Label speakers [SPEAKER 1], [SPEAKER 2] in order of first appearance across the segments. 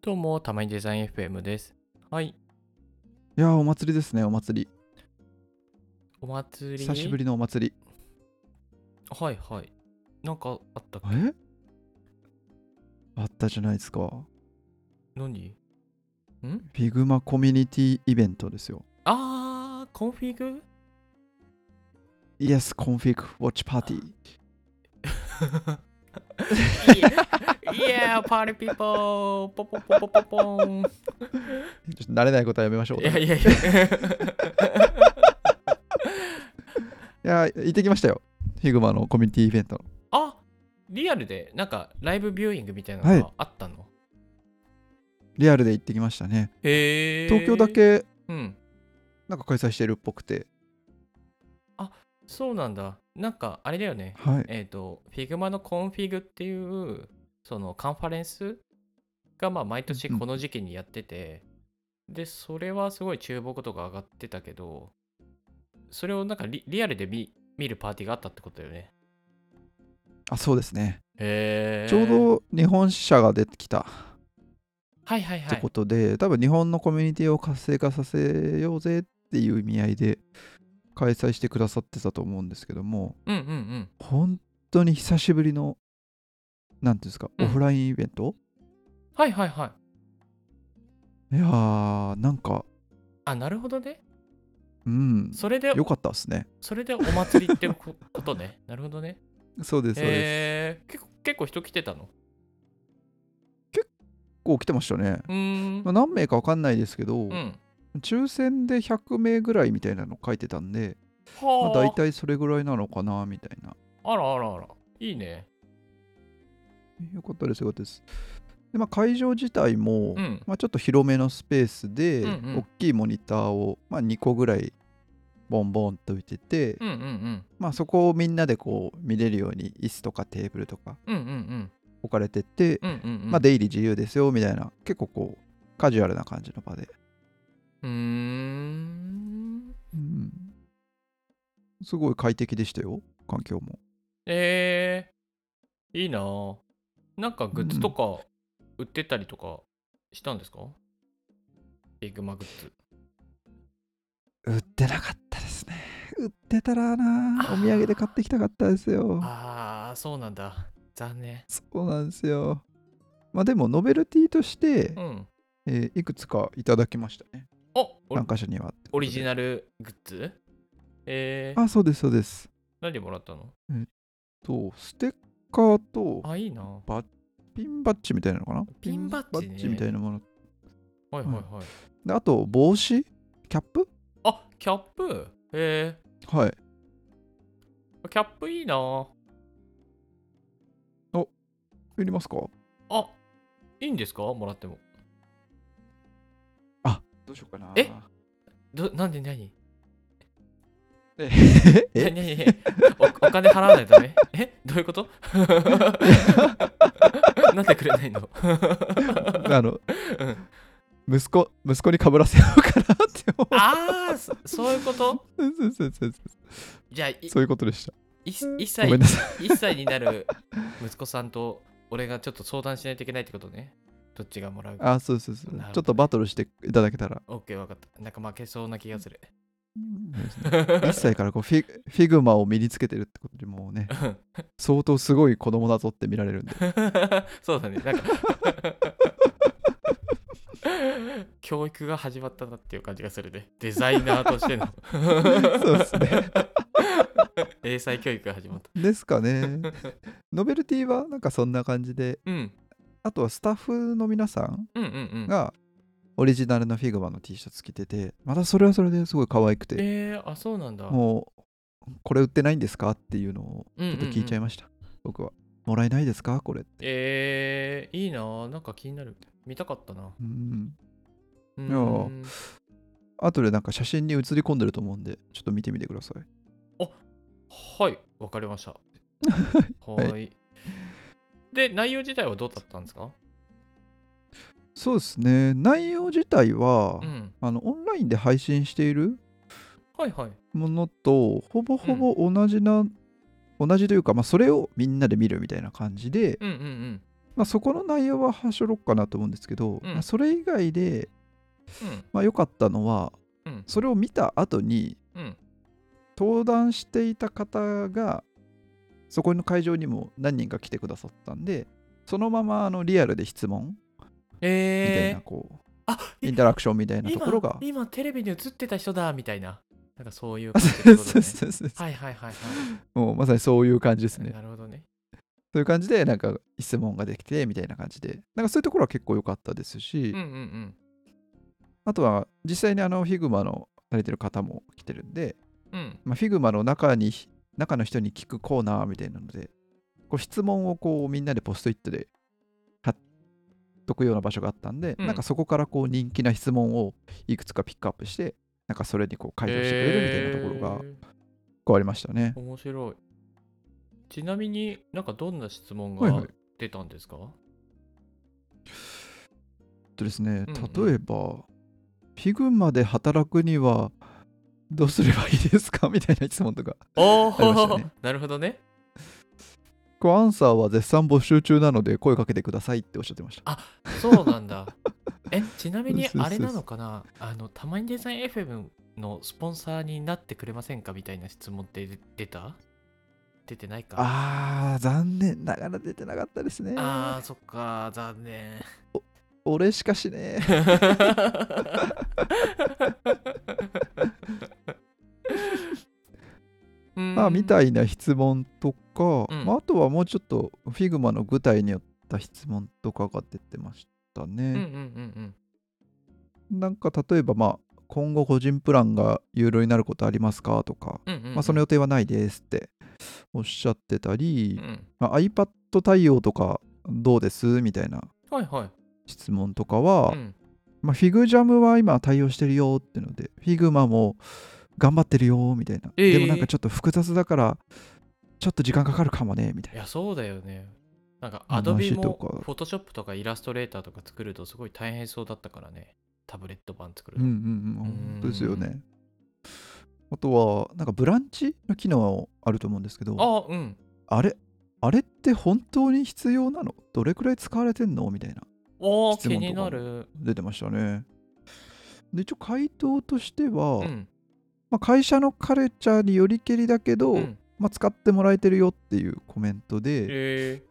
[SPEAKER 1] どうも、たまにデザイン FM です。はい、
[SPEAKER 2] いやーお祭りですねお祭
[SPEAKER 1] お祭
[SPEAKER 2] り
[SPEAKER 1] り。
[SPEAKER 2] 久しぶりのお祭り
[SPEAKER 1] はいはい。なんかあったっけ
[SPEAKER 2] えあったじゃないですか
[SPEAKER 1] 何
[SPEAKER 2] フィグマコミュニティイベントですよ
[SPEAKER 1] あー、コンフィグ
[SPEAKER 2] Yes コンフィグウォッチパーティー
[SPEAKER 1] ?Yeah, party people! ポポポポポポーン
[SPEAKER 2] ちょっと慣れないことはやめましょう
[SPEAKER 1] い
[SPEAKER 2] い
[SPEAKER 1] や
[SPEAKER 2] や
[SPEAKER 1] いやい や。
[SPEAKER 2] ー行ってきましたよフィグマのコミュニティイベントの
[SPEAKER 1] あリアルで、なんかライブビューイングみたいなのがあったの、
[SPEAKER 2] リアルで行ってきましたね
[SPEAKER 1] へー
[SPEAKER 2] 東京だ。け
[SPEAKER 1] うん。
[SPEAKER 2] なんか開催してるっぽくて
[SPEAKER 1] そうなんだ。なんかあれだよね。
[SPEAKER 2] はい
[SPEAKER 1] えっ、と、Figma のコンフィグっていう、そのカンファレンスが、まあ、毎年この時期にやってて、で、それはすごい注目度が上がってたけど、それをなんかリリアルで見見るパーティーがあったってことだよね。
[SPEAKER 2] あそうですね
[SPEAKER 1] へえ。
[SPEAKER 2] ちょう。ど日本支社が出てきた
[SPEAKER 1] はいはい
[SPEAKER 2] っ
[SPEAKER 1] は
[SPEAKER 2] て
[SPEAKER 1] い
[SPEAKER 2] こ。とで、多分日本のコミュニティを活性化させようぜっていう意味合いで開催してくださってたと思うんですけども
[SPEAKER 1] うんうんうん。
[SPEAKER 2] 本当に久しぶりの何ていうんですか、
[SPEAKER 1] うん
[SPEAKER 2] オフラインイベント
[SPEAKER 1] はいはいはい。
[SPEAKER 2] いやーなんか
[SPEAKER 1] あ、なるほどね。
[SPEAKER 2] うん
[SPEAKER 1] それで、
[SPEAKER 2] 良かったですね
[SPEAKER 1] それでお祭りってこことね。 なるほどね。
[SPEAKER 2] そうですそうです
[SPEAKER 1] へえ。結構結構人来てたの。
[SPEAKER 2] こう来てましたね、
[SPEAKER 1] うーん
[SPEAKER 2] まあ。何名か分かんないですけど、
[SPEAKER 1] うん。
[SPEAKER 2] 抽選で100名ぐらいみたいなの書いてたんで、ま
[SPEAKER 1] は
[SPEAKER 2] あ、大体それぐらいなのかなみたいな
[SPEAKER 1] あらあらあら。いいね。
[SPEAKER 2] よかったです、よかったです。で、まあ、会場自体
[SPEAKER 1] う
[SPEAKER 2] も、
[SPEAKER 1] ん
[SPEAKER 2] まあ、ちょっと広めのスペースで、
[SPEAKER 1] うんうん
[SPEAKER 2] 大きいモニターを、まあ、2個ぐらいボンボンと置いてて、
[SPEAKER 1] うんうんうん。
[SPEAKER 2] まあ、そこをみんなでこう見れるように椅子とかテーブルとか
[SPEAKER 1] うんうん
[SPEAKER 2] 置かれてて、
[SPEAKER 1] うん。うんうんうん。
[SPEAKER 2] まあ、出入り自由ですよみたいな結構こうカジュアルな感じの場で、
[SPEAKER 1] うーん。
[SPEAKER 2] うん、すごい快適でしたよ環境も
[SPEAKER 1] えー、いいなぁなんかグッズとか売ってたりとかしたんですかビッグマグッズ。
[SPEAKER 2] 売ってなかったですね売ってたらな
[SPEAKER 1] あー
[SPEAKER 2] お土産で買ってきたかったですよ
[SPEAKER 1] ああ、そうなんだ。残念。
[SPEAKER 2] そうなんですよ。まあでも、ノベルティとして
[SPEAKER 1] う、ん。
[SPEAKER 2] えーいくつかいただきましたね。
[SPEAKER 1] おオリ
[SPEAKER 2] 何箇所にはってことで。
[SPEAKER 1] オリジ
[SPEAKER 2] ル
[SPEAKER 1] ナルグッズえー、
[SPEAKER 2] あ、そうです、そうです。
[SPEAKER 1] 何もらったの
[SPEAKER 2] と、ステッカーと、
[SPEAKER 1] あ、いいなぁ
[SPEAKER 2] ピンバッジみたいなのかな
[SPEAKER 1] ピンバッジね
[SPEAKER 2] ピみたいなもの。
[SPEAKER 1] はいはいはい。
[SPEAKER 2] であと、帽子キャップ
[SPEAKER 1] あ、キャップえ
[SPEAKER 2] はい。
[SPEAKER 1] ー、キャップいいなぁ
[SPEAKER 2] いりますか
[SPEAKER 1] あ、いいんですかもらっても。
[SPEAKER 2] どうしようかな。
[SPEAKER 1] えどなんで何
[SPEAKER 2] え
[SPEAKER 1] え
[SPEAKER 2] え
[SPEAKER 1] 何おお金払わないとダメえどういうこと なんでくれないの
[SPEAKER 2] あの
[SPEAKER 1] うん、
[SPEAKER 2] 息子、息子にかぶらせようかなって思う。
[SPEAKER 1] ああそそういうこと
[SPEAKER 2] そうそうそうそう
[SPEAKER 1] じゃあいい
[SPEAKER 2] そういうことでした。
[SPEAKER 1] い1
[SPEAKER 2] ご
[SPEAKER 1] 歳
[SPEAKER 2] めんなさい。
[SPEAKER 1] 一歳になる息子さんと俺がちょっと相談しないといけないってことねどっちがもらうか
[SPEAKER 2] あ、そうそうそう
[SPEAKER 1] なるほど。
[SPEAKER 2] ちょっとバトルしていただけたら。
[SPEAKER 1] OK 分かったなんか負けそうな気が する
[SPEAKER 2] 1歳からこうフィフィグマを身につけてるってことでもうね
[SPEAKER 1] うん
[SPEAKER 2] 相当すごい子供だぞって見られるんで
[SPEAKER 1] そうだねなんか 教育が始まったなっていう感じがするねデザイナーと しての
[SPEAKER 2] そうですね
[SPEAKER 1] 英才教育が始まった
[SPEAKER 2] です かねノベルティはなんかそんな感じで
[SPEAKER 1] うん
[SPEAKER 2] あとはスタッフの皆さん
[SPEAKER 1] うんうんうん
[SPEAKER 2] がオリジナルのフィグマの T シャツ着ててまたそれはそれですごい可愛くて
[SPEAKER 1] えー、あそうなんだ
[SPEAKER 2] もうこれ売ってないんですかっていうのを
[SPEAKER 1] うんう
[SPEAKER 2] ち
[SPEAKER 1] んう
[SPEAKER 2] ょっ
[SPEAKER 1] ん
[SPEAKER 2] と聞いちゃいました、僕はもらえないですかこれって
[SPEAKER 1] えー、いいなぁなんか気になる見たかったな
[SPEAKER 2] うん
[SPEAKER 1] う
[SPEAKER 2] いや
[SPEAKER 1] ーん
[SPEAKER 2] ー後でなんか写真に写り込んでると思うんでちょっと見てみてください
[SPEAKER 1] はいわかり ましたはーいで内容自体はどうだったんですか
[SPEAKER 2] そうですね内容自体は、
[SPEAKER 1] うん
[SPEAKER 2] あのオンラインで配信している
[SPEAKER 1] はいはい
[SPEAKER 2] ものとほぼほぼ同じな、同じというか、まあ、それをみんなで見るみたいな感じで
[SPEAKER 1] うんうんうん
[SPEAKER 2] まあ、そこの内容ははしょろっかなと思うんですけど、
[SPEAKER 1] うん
[SPEAKER 2] まあそれ以外で、
[SPEAKER 1] うん
[SPEAKER 2] まあ、良かったのは、
[SPEAKER 1] うん
[SPEAKER 2] それを見た後に
[SPEAKER 1] うん
[SPEAKER 2] 登壇していた方がそこの会場にも何人か来てくださったんでそのままあのリアルで質問みたい
[SPEAKER 1] え
[SPEAKER 2] な
[SPEAKER 1] ー、
[SPEAKER 2] こう、
[SPEAKER 1] あ
[SPEAKER 2] インタラクションみたいなと
[SPEAKER 1] 今
[SPEAKER 2] ころが。
[SPEAKER 1] 今テレビに映ってた人だみたいななんかそういう
[SPEAKER 2] あ
[SPEAKER 1] 感じって
[SPEAKER 2] そう
[SPEAKER 1] こと
[SPEAKER 2] そう
[SPEAKER 1] ね
[SPEAKER 2] そうそう
[SPEAKER 1] はいはいはいは
[SPEAKER 2] もうまさにそういう感じです
[SPEAKER 1] い
[SPEAKER 2] ね。
[SPEAKER 1] なるほどね
[SPEAKER 2] そういう感じでなんか質問ができてみたいな感じでなんかそういうところは結構良かったですし、
[SPEAKER 1] うんうんうん
[SPEAKER 2] あとは実際にあの Figma のされてる方も来てるんで、
[SPEAKER 1] うん
[SPEAKER 2] まあ、Figma の中に中の人に聞くコーナーみたいなのでこう質問をこうみんなでポストイットで貼っとくような場所があったんで、
[SPEAKER 1] うん
[SPEAKER 2] なんかそこからこう人気な質問をいくつかピックアップしてなんかそれにこう回答してくれるみたいなところが
[SPEAKER 1] えー
[SPEAKER 2] 結構ありましたね。
[SPEAKER 1] 面白いちなみになんかどんな質問
[SPEAKER 2] はいはい
[SPEAKER 1] が出たんですか、
[SPEAKER 2] えっとですね、
[SPEAKER 1] うんうん
[SPEAKER 2] 例えば、フィグマで働くにはどうすればいいですかみたいな質問とか。
[SPEAKER 1] お
[SPEAKER 2] ありました
[SPEAKER 1] お、
[SPEAKER 2] ね
[SPEAKER 1] なるほどね
[SPEAKER 2] こうアンサーは絶賛募集中なので声かけてくださいっておっしゃってました。
[SPEAKER 1] そうなん だえちなみに
[SPEAKER 2] そうそうそう
[SPEAKER 1] あれなのかなあのたまにデザイン FM のスポンサーになってくれませんかみたいな質問って出出た出てないか
[SPEAKER 2] あー、残念ながら出てなかったですね。
[SPEAKER 1] あーそっか残 念
[SPEAKER 2] 俺しかしね。まあ、み
[SPEAKER 1] い
[SPEAKER 2] たいな質問とか、
[SPEAKER 1] うん
[SPEAKER 2] まあ、あとはもうちょっとフィグマの具体によった質問とかが出てましたね。
[SPEAKER 1] うんうんうん
[SPEAKER 2] なんか例えば、まあ、今後個人プランが有料になることありますかとか、
[SPEAKER 1] うんうんうんうん
[SPEAKER 2] まあ、その予定はないですっておっしゃってた
[SPEAKER 1] う
[SPEAKER 2] り、
[SPEAKER 1] ん
[SPEAKER 2] まあ、iPad 対応とかどうですみたいな
[SPEAKER 1] はいはい
[SPEAKER 2] 質問とかは、
[SPEAKER 1] うん
[SPEAKER 2] まあ、FigJam は今対応してるよっていうので Figma も頑張ってるよみたいな、
[SPEAKER 1] ええ
[SPEAKER 2] でもなんかちょっと複雑だからちょっと時間かかるかもねみたい
[SPEAKER 1] い
[SPEAKER 2] な
[SPEAKER 1] やそうだよねなんか
[SPEAKER 2] 話
[SPEAKER 1] Adobe
[SPEAKER 2] と
[SPEAKER 1] も
[SPEAKER 2] か
[SPEAKER 1] Photoshop とかイラストレーターとか作るとすごい大変そうだったからねタブレット版作る
[SPEAKER 2] うん
[SPEAKER 1] の
[SPEAKER 2] うんうん
[SPEAKER 1] うん
[SPEAKER 2] 本当ですよねあとはなんかブランチの機能あると思うんですけど
[SPEAKER 1] あうん
[SPEAKER 2] あれあれって本当に必要なのどれくらい使われてんのみたいな
[SPEAKER 1] おー
[SPEAKER 2] 質
[SPEAKER 1] 気
[SPEAKER 2] 問とかも
[SPEAKER 1] になる
[SPEAKER 2] 出てましたねで一応回答としては、
[SPEAKER 1] うん
[SPEAKER 2] まあ、会社のカルチャーによりけりだけど、
[SPEAKER 1] うん
[SPEAKER 2] まあ、使ってもらえてるよっていうコメントで
[SPEAKER 1] え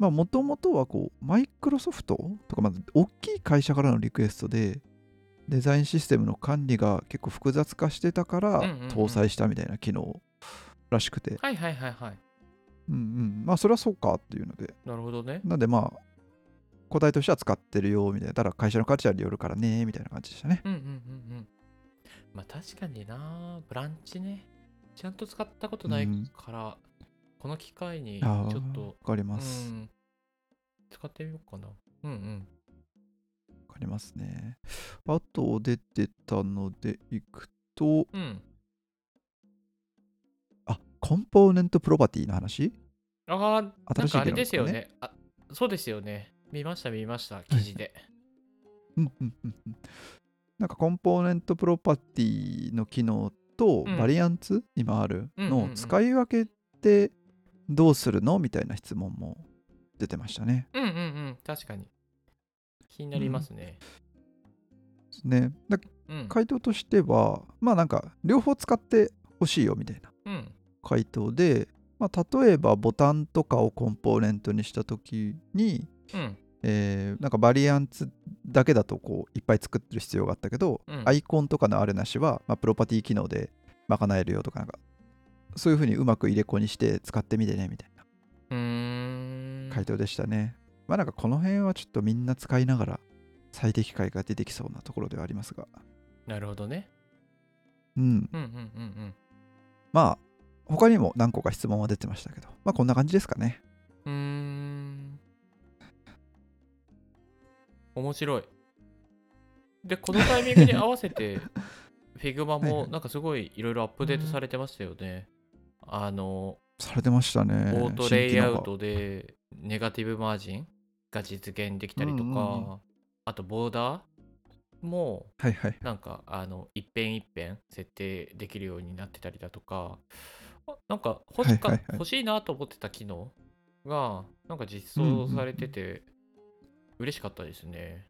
[SPEAKER 2] もともとはこうマイクロソフトとかまず大きい会社からのリクエストでデザインシステムの管理が結構複雑化してたから
[SPEAKER 1] うんうんうん
[SPEAKER 2] 搭載したみたいな機能らしくて、
[SPEAKER 1] ーはいはいはいはい
[SPEAKER 2] うんうんまあそれはそうかっていうので
[SPEAKER 1] なるほどね
[SPEAKER 2] なんでまあ答えとしては使ってるよみたいなただ会社のカルチャーによるからねみたいな感じでしたね
[SPEAKER 1] うんうんうんうんまあ確かになブランチねちゃんと使ったことない
[SPEAKER 2] うん
[SPEAKER 1] から、この機会にち
[SPEAKER 2] ああ
[SPEAKER 1] ょっと
[SPEAKER 2] 分かり
[SPEAKER 1] う
[SPEAKER 2] ます、
[SPEAKER 1] ん使ってみようかなうんうん
[SPEAKER 2] わかりますね。あと出てたのでいくと、
[SPEAKER 1] うん
[SPEAKER 2] あコンポーネントプロパティの話
[SPEAKER 1] ああ、な
[SPEAKER 2] 新
[SPEAKER 1] ん
[SPEAKER 2] しい
[SPEAKER 1] かあれ
[SPEAKER 2] 機能
[SPEAKER 1] で
[SPEAKER 2] ですす
[SPEAKER 1] よ
[SPEAKER 2] よ
[SPEAKER 1] ね
[SPEAKER 2] ね
[SPEAKER 1] あ。そうですよね。見ました、見ました、記事で。
[SPEAKER 2] うんうんうんうんなんかコンポーネントプロパティの機能と
[SPEAKER 1] うん
[SPEAKER 2] バリアンツ、今ある
[SPEAKER 1] うんうんう
[SPEAKER 2] の
[SPEAKER 1] ん
[SPEAKER 2] 使い分けってどうするのみたいな質問も出てましたね。
[SPEAKER 1] うんうんうん、確かに。気になりますね。
[SPEAKER 2] ですねだ
[SPEAKER 1] うん。
[SPEAKER 2] 回答としてはまあなんか両方使ってほしいよみたいな。
[SPEAKER 1] うん。
[SPEAKER 2] 回答で、まあ、例えばボタンとかをコンポーネントにした時に、
[SPEAKER 1] うん。
[SPEAKER 2] えーなんかバリアンツだけだとこういっぱい作ってる必要があったけど、
[SPEAKER 1] うん
[SPEAKER 2] アイコンとかのあれなしは、まあ、プロパティ機能で賄えるよとかなんかそういうふうにうまく入れ子にして使ってみてねみたいう
[SPEAKER 1] ーん
[SPEAKER 2] な回答でしたね、まあなんかこの辺はちょっとみんな使いながら最適解が出てきそうなところではありますが
[SPEAKER 1] なるほどね。
[SPEAKER 2] うん
[SPEAKER 1] うんうんうん
[SPEAKER 2] まあ他にも何個か質問は出てましたけどまあこんな感じですかね
[SPEAKER 1] うん。うーん。面白い。で、このタイミングに合わせ て、Figma
[SPEAKER 2] はいは
[SPEAKER 1] も
[SPEAKER 2] い
[SPEAKER 1] なんかすごいいろいろアップデートされてましたよね。あの、
[SPEAKER 2] されてましたね
[SPEAKER 1] オート
[SPEAKER 2] 新
[SPEAKER 1] レ
[SPEAKER 2] 機
[SPEAKER 1] イ
[SPEAKER 2] 能
[SPEAKER 1] ア
[SPEAKER 2] が
[SPEAKER 1] ウトでネガティブマージンが実現できたりとか、
[SPEAKER 2] うんうんう
[SPEAKER 1] あとボーダーも
[SPEAKER 2] はいはい
[SPEAKER 1] なんかあの一辺一辺設定できるようになってたりだとかあなんか欲しか
[SPEAKER 2] はいはいはい
[SPEAKER 1] 欲しいなと思ってた機能がなんか実装されてて嬉しかったですね。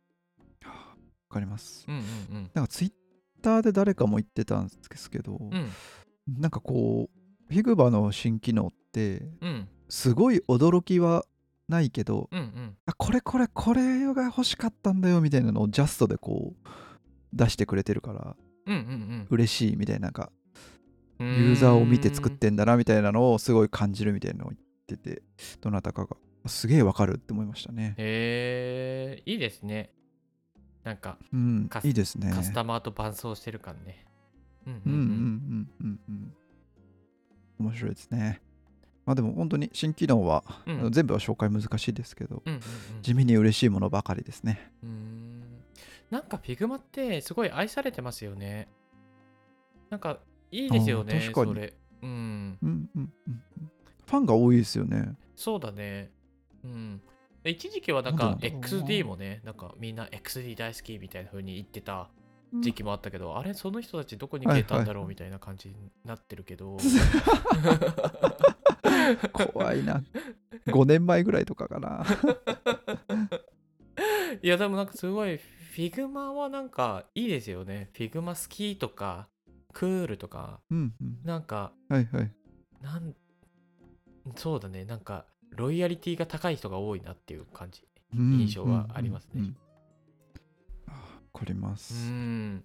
[SPEAKER 2] わかります。
[SPEAKER 1] うんうん
[SPEAKER 2] なんかツイッターで誰かも言ってたんですけど、
[SPEAKER 1] うん。うん
[SPEAKER 2] なんかこう、フィグバの新機能って、
[SPEAKER 1] うん
[SPEAKER 2] すごい驚きはないけど、
[SPEAKER 1] うんうん。
[SPEAKER 2] あこれこれこれが欲しかったんだよみたいなのをジャストでこう出してくれてるから
[SPEAKER 1] うんうん
[SPEAKER 2] 嬉しいみたいななんか
[SPEAKER 1] うん。
[SPEAKER 2] ユーザーを見て作ってんだなみたいなのをすごい感じるみたいなのを言っててどなたかがすげえわかるって思いましたね。
[SPEAKER 1] へえ、いいですね。なんか
[SPEAKER 2] うん
[SPEAKER 1] カ、ス
[SPEAKER 2] いいですね。
[SPEAKER 1] カスタマーと伴奏してる感ね。うん
[SPEAKER 2] うんうんうんうんうん。面白いですね。まあでも本当に新機能は、
[SPEAKER 1] うん
[SPEAKER 2] あの全部は紹介難しいですけど
[SPEAKER 1] うんうんうん
[SPEAKER 2] 地味に嬉しいものばかりですね。
[SPEAKER 1] うーんなんか Figma ってすごい愛されてますよね。なんかいいですよ
[SPEAKER 2] あ
[SPEAKER 1] ね、
[SPEAKER 2] ー確かに
[SPEAKER 1] それ。うん、
[SPEAKER 2] うんうんうんうん。ファンが多いですよね。
[SPEAKER 1] そうだね。うん。で一時期はなん
[SPEAKER 2] な
[SPEAKER 1] か
[SPEAKER 2] んでなんだろうな
[SPEAKER 1] XD もね、なんかみんな XD 大好きみたいな風に言ってた時期もあったけど、あれ、その人たちどこに消えたんだろうみたいな感じになってるけど。
[SPEAKER 2] 怖 いな。5年前ぐらいとかかな。
[SPEAKER 1] いやでもなんかすごい Figma はなんかいいですよね。Figma 好きとかクールとか
[SPEAKER 2] うんうん。
[SPEAKER 1] なんか
[SPEAKER 2] はいはい。
[SPEAKER 1] なんそうだねなんかロイヤリティが高い人が多いなっていう感じ。
[SPEAKER 2] うん
[SPEAKER 1] 印象はありますね。
[SPEAKER 2] うんうんうんあわかりま
[SPEAKER 1] う
[SPEAKER 2] す。
[SPEAKER 1] ん。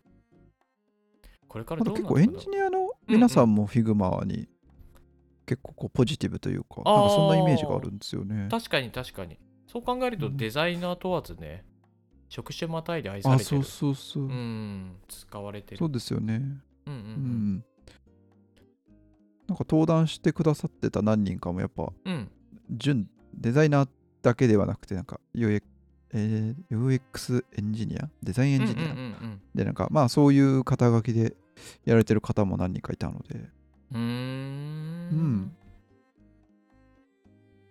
[SPEAKER 1] これか
[SPEAKER 2] あ
[SPEAKER 1] ら
[SPEAKER 2] と
[SPEAKER 1] どうなの
[SPEAKER 2] 結構
[SPEAKER 1] か
[SPEAKER 2] エ
[SPEAKER 1] な
[SPEAKER 2] ンジニアの皆さんも Figma に結構こうポジティブというか、
[SPEAKER 1] あー
[SPEAKER 2] なんかそんなイメージがあるんですよね。
[SPEAKER 1] 確かに確かに。そう考えると
[SPEAKER 2] うん
[SPEAKER 1] デザイナー問わずね、職種またいで愛さ
[SPEAKER 2] あ、
[SPEAKER 1] れて
[SPEAKER 2] そ
[SPEAKER 1] る。
[SPEAKER 2] うそうそう。
[SPEAKER 1] うん。使われてる
[SPEAKER 2] そ。うですよね。
[SPEAKER 1] うんう
[SPEAKER 2] うんん。なんか登壇してくださってた何人かもやっぱ
[SPEAKER 1] うん。うん。
[SPEAKER 2] 純デザイナーだけではなくてなんか UX,、えー UX エンジニアデザインエ
[SPEAKER 1] うん
[SPEAKER 2] ン
[SPEAKER 1] うん
[SPEAKER 2] ジニア、
[SPEAKER 1] うん
[SPEAKER 2] でなんかまあそういう肩書きでやられてる方も何人かいたので
[SPEAKER 1] うん。うーん。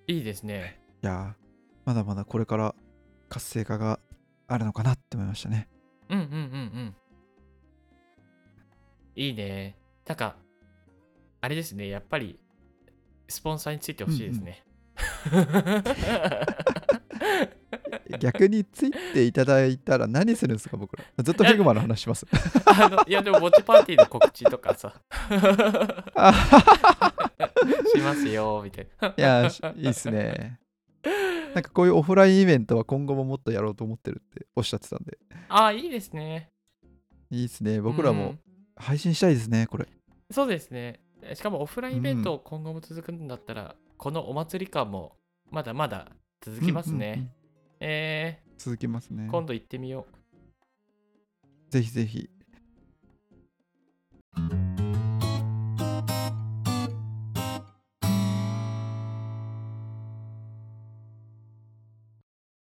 [SPEAKER 1] いいですね。
[SPEAKER 2] いやーまだまだこれから活性化があるのかなって思いまし たね
[SPEAKER 1] うんうんうんうん。いいね。なんか、あれですね、やっぱり、スポンサーについてほしいですね。
[SPEAKER 2] 逆についていただいたら何するんですか僕らずっとフィグマの話します
[SPEAKER 1] あのいや、でも、ぼっちパーティーの告知とかさ、
[SPEAKER 2] あ
[SPEAKER 1] しますよ、みたいな。
[SPEAKER 2] いやーしいいっすねなんかこういうオフラインイベントは今後ももっとやろうと思ってるっておっしゃってたんで
[SPEAKER 1] ああ、いいですね。
[SPEAKER 2] いいっすね僕ら
[SPEAKER 1] う
[SPEAKER 2] も
[SPEAKER 1] ん
[SPEAKER 2] 配信したいですねこれ
[SPEAKER 1] そうですね。しかも、オフラインイベントを今後も続くんだったら、このお祭り感も、まだまだ続きますね。
[SPEAKER 2] うんうんうん
[SPEAKER 1] え
[SPEAKER 2] 続きますね
[SPEAKER 1] ー、今度行ってみよ
[SPEAKER 2] ぜひぜひ